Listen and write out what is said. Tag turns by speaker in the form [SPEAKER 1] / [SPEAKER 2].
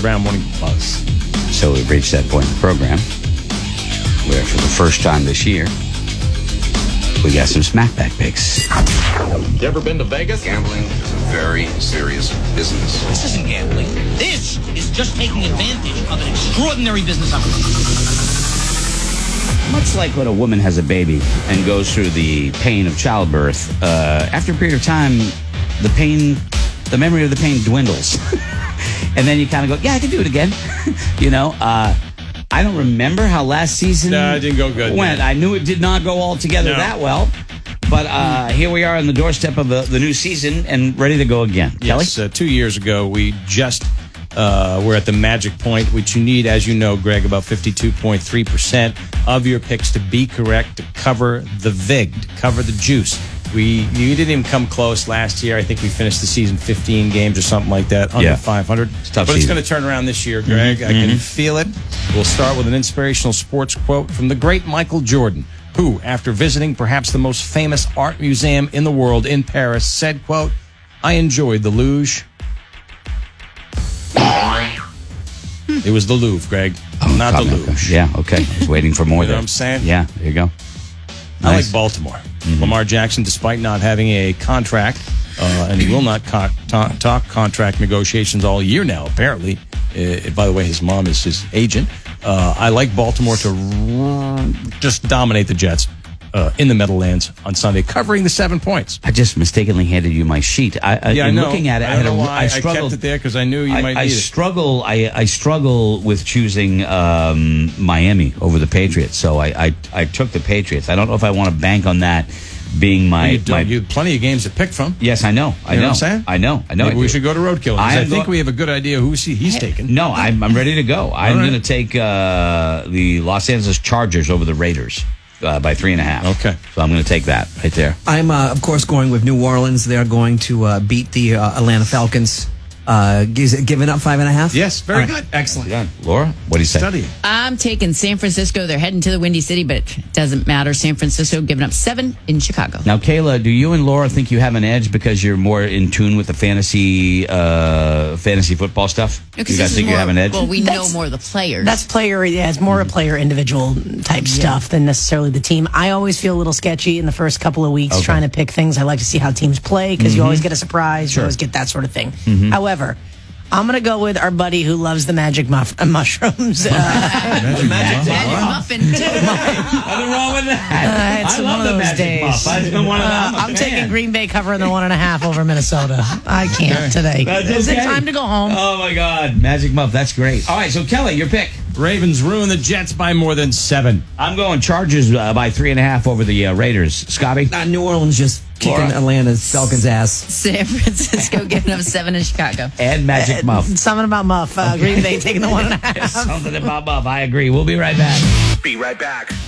[SPEAKER 1] Brown Morning Buzz.
[SPEAKER 2] So we've reached that point in the program where, for the first time this year, we got some smackback picks.
[SPEAKER 3] You ever been to Vegas?
[SPEAKER 4] Gambling is a very serious business.
[SPEAKER 5] This isn't gambling. This is just taking advantage of an extraordinary business opportunity.
[SPEAKER 2] Much like when a woman has a baby and goes through the pain of childbirth, uh, after a period of time, the pain, the memory of the pain dwindles. and then you kind of go, yeah, I can do it again. you know, uh, I don't remember how last season
[SPEAKER 1] No, it didn't go good,
[SPEAKER 2] went.
[SPEAKER 1] no.
[SPEAKER 2] I knew it did not go all together
[SPEAKER 1] No.
[SPEAKER 2] that well. But uh, here we are on the doorstep of the, the new season and ready to go again. Kelly?
[SPEAKER 1] Yes, uh, two years ago, we just uh, were at the magic point, which you need, as you know, Greg, about 52.3% of your picks to be correct to cover the VIG, to cover the juice. We You didn't even come close last year. I think we finished the season 15 games or something like that, under
[SPEAKER 2] Yeah.
[SPEAKER 1] 500.
[SPEAKER 2] tough
[SPEAKER 1] but it's
[SPEAKER 2] season. Mm-hmm.
[SPEAKER 1] going to turn around this year, Greg. I can feel it. We'll start with an inspirational sports quote from the great Michael Jordan, who, after visiting perhaps the most famous art museum in the world in Paris, said, quote, I enjoyed the luge. It was the Louvre, Greg, not the
[SPEAKER 2] Comment.
[SPEAKER 1] luge.
[SPEAKER 2] Oh, Yeah, okay. I was waiting for more
[SPEAKER 1] You know
[SPEAKER 2] there.
[SPEAKER 1] what I'm saying?
[SPEAKER 2] Yeah, there you go.
[SPEAKER 1] I
[SPEAKER 2] Nice. Mm-hmm.
[SPEAKER 1] like Baltimore. Lamar Jackson, despite not having a contract, uh, and he will not co- ta- talk contract negotiations all year now, apparently. Uh, by the way, his mom is his agent. Uh, I like Baltimore to r- just dominate the Jets uh, in the Meadowlands on Sunday, covering the seven points.
[SPEAKER 2] I just mistakenly handed you my sheet. I, I,
[SPEAKER 1] Yeah, I
[SPEAKER 2] in
[SPEAKER 1] know.
[SPEAKER 2] looking at it,
[SPEAKER 1] I
[SPEAKER 2] I,
[SPEAKER 1] don't
[SPEAKER 2] had a,
[SPEAKER 1] know why
[SPEAKER 2] I
[SPEAKER 1] I
[SPEAKER 2] struggled.
[SPEAKER 1] kept it there 'cause I knew you
[SPEAKER 2] I,
[SPEAKER 1] might
[SPEAKER 2] I
[SPEAKER 1] need it.
[SPEAKER 2] struggle. I, I struggle with choosing um, Miami over the Patriots, so I, I I took the Patriots. I don't know if I want to bank on that being my
[SPEAKER 1] you, do,
[SPEAKER 2] my.
[SPEAKER 1] you have plenty of games to pick from.
[SPEAKER 2] yes, I know. I
[SPEAKER 1] You know,
[SPEAKER 2] know.
[SPEAKER 1] what I'm saying?
[SPEAKER 2] I know. I know.
[SPEAKER 1] Maybe
[SPEAKER 2] I
[SPEAKER 1] we
[SPEAKER 2] do.
[SPEAKER 1] should go to Roadkill. 'cause
[SPEAKER 2] I
[SPEAKER 1] I,
[SPEAKER 2] am
[SPEAKER 1] think
[SPEAKER 2] go-
[SPEAKER 1] we have a good idea who he- he's taking.
[SPEAKER 2] No, I'm I'm ready to go. I'm
[SPEAKER 1] right.
[SPEAKER 2] going to take uh, the Los Angeles Chargers over the Raiders uh, by three and a half.
[SPEAKER 1] Okay.
[SPEAKER 2] so I'm going to take that right there.
[SPEAKER 6] I'm, uh, of course, going with New Orleans. They're going to uh, beat the uh, Atlanta Falcons. Uh, is it giving up five and a half?
[SPEAKER 1] Yes, very
[SPEAKER 6] All
[SPEAKER 1] good.
[SPEAKER 6] Excellent.
[SPEAKER 2] Done. Laura, what do you say?
[SPEAKER 1] Study. it.
[SPEAKER 7] I'm taking San Francisco. They're heading to the Windy City, but it doesn't matter. San Francisco giving up seven in Chicago.
[SPEAKER 2] Now, Kayla, do you and Laura think you have an edge because you're more in tune with the fantasy uh, fantasy football stuff?
[SPEAKER 7] No, 'cause
[SPEAKER 2] you
[SPEAKER 7] this
[SPEAKER 2] guys
[SPEAKER 7] is
[SPEAKER 2] think you
[SPEAKER 7] more-
[SPEAKER 2] have an edge?
[SPEAKER 7] Well, we know
[SPEAKER 8] That's-
[SPEAKER 7] more of the players.
[SPEAKER 8] That's player, yeah, it's more a
[SPEAKER 2] Mm-hmm.
[SPEAKER 8] player individual type stuff than necessarily the team. I always feel a little sketchy in the first couple of weeks trying to pick things. I like to see how teams play because you
[SPEAKER 2] Mm-hmm.
[SPEAKER 8] always get a surprise, you always get that sort of thing. However, I'm going to go with our buddy who loves the magic muff- uh, mushrooms. Uh,
[SPEAKER 7] Magic Muffin, too.
[SPEAKER 2] Nothing wrong with that.
[SPEAKER 8] Uh, it's
[SPEAKER 2] I
[SPEAKER 8] one
[SPEAKER 2] love
[SPEAKER 8] of
[SPEAKER 2] the
[SPEAKER 8] those
[SPEAKER 2] magic
[SPEAKER 8] days.
[SPEAKER 2] Muff. I just don't wanna-
[SPEAKER 8] uh,
[SPEAKER 2] I'm a
[SPEAKER 8] I'm taking
[SPEAKER 2] fan.
[SPEAKER 8] Green Bay covering the one and a half over Minnesota. I can't today.
[SPEAKER 2] That's
[SPEAKER 8] Is
[SPEAKER 2] okay.
[SPEAKER 8] it time to go home?
[SPEAKER 2] Oh my God, magic muff. That's great. All right, so Kelly, your pick.
[SPEAKER 1] Ravens ruin the Jets by more than seven.
[SPEAKER 2] I'm going Chargers uh, by three and a half over the uh, Raiders. Scotty,
[SPEAKER 6] Uh, New Orleans just kicking
[SPEAKER 2] Laura.
[SPEAKER 6] Atlanta's Falcons' ass.
[SPEAKER 7] San Francisco giving up seven in Chicago.
[SPEAKER 2] and magic muff.
[SPEAKER 8] Something about Muff. Uh, Green Bay taking the one and a half.
[SPEAKER 2] Something about muff. I agree. We'll be right back.
[SPEAKER 4] Be right back.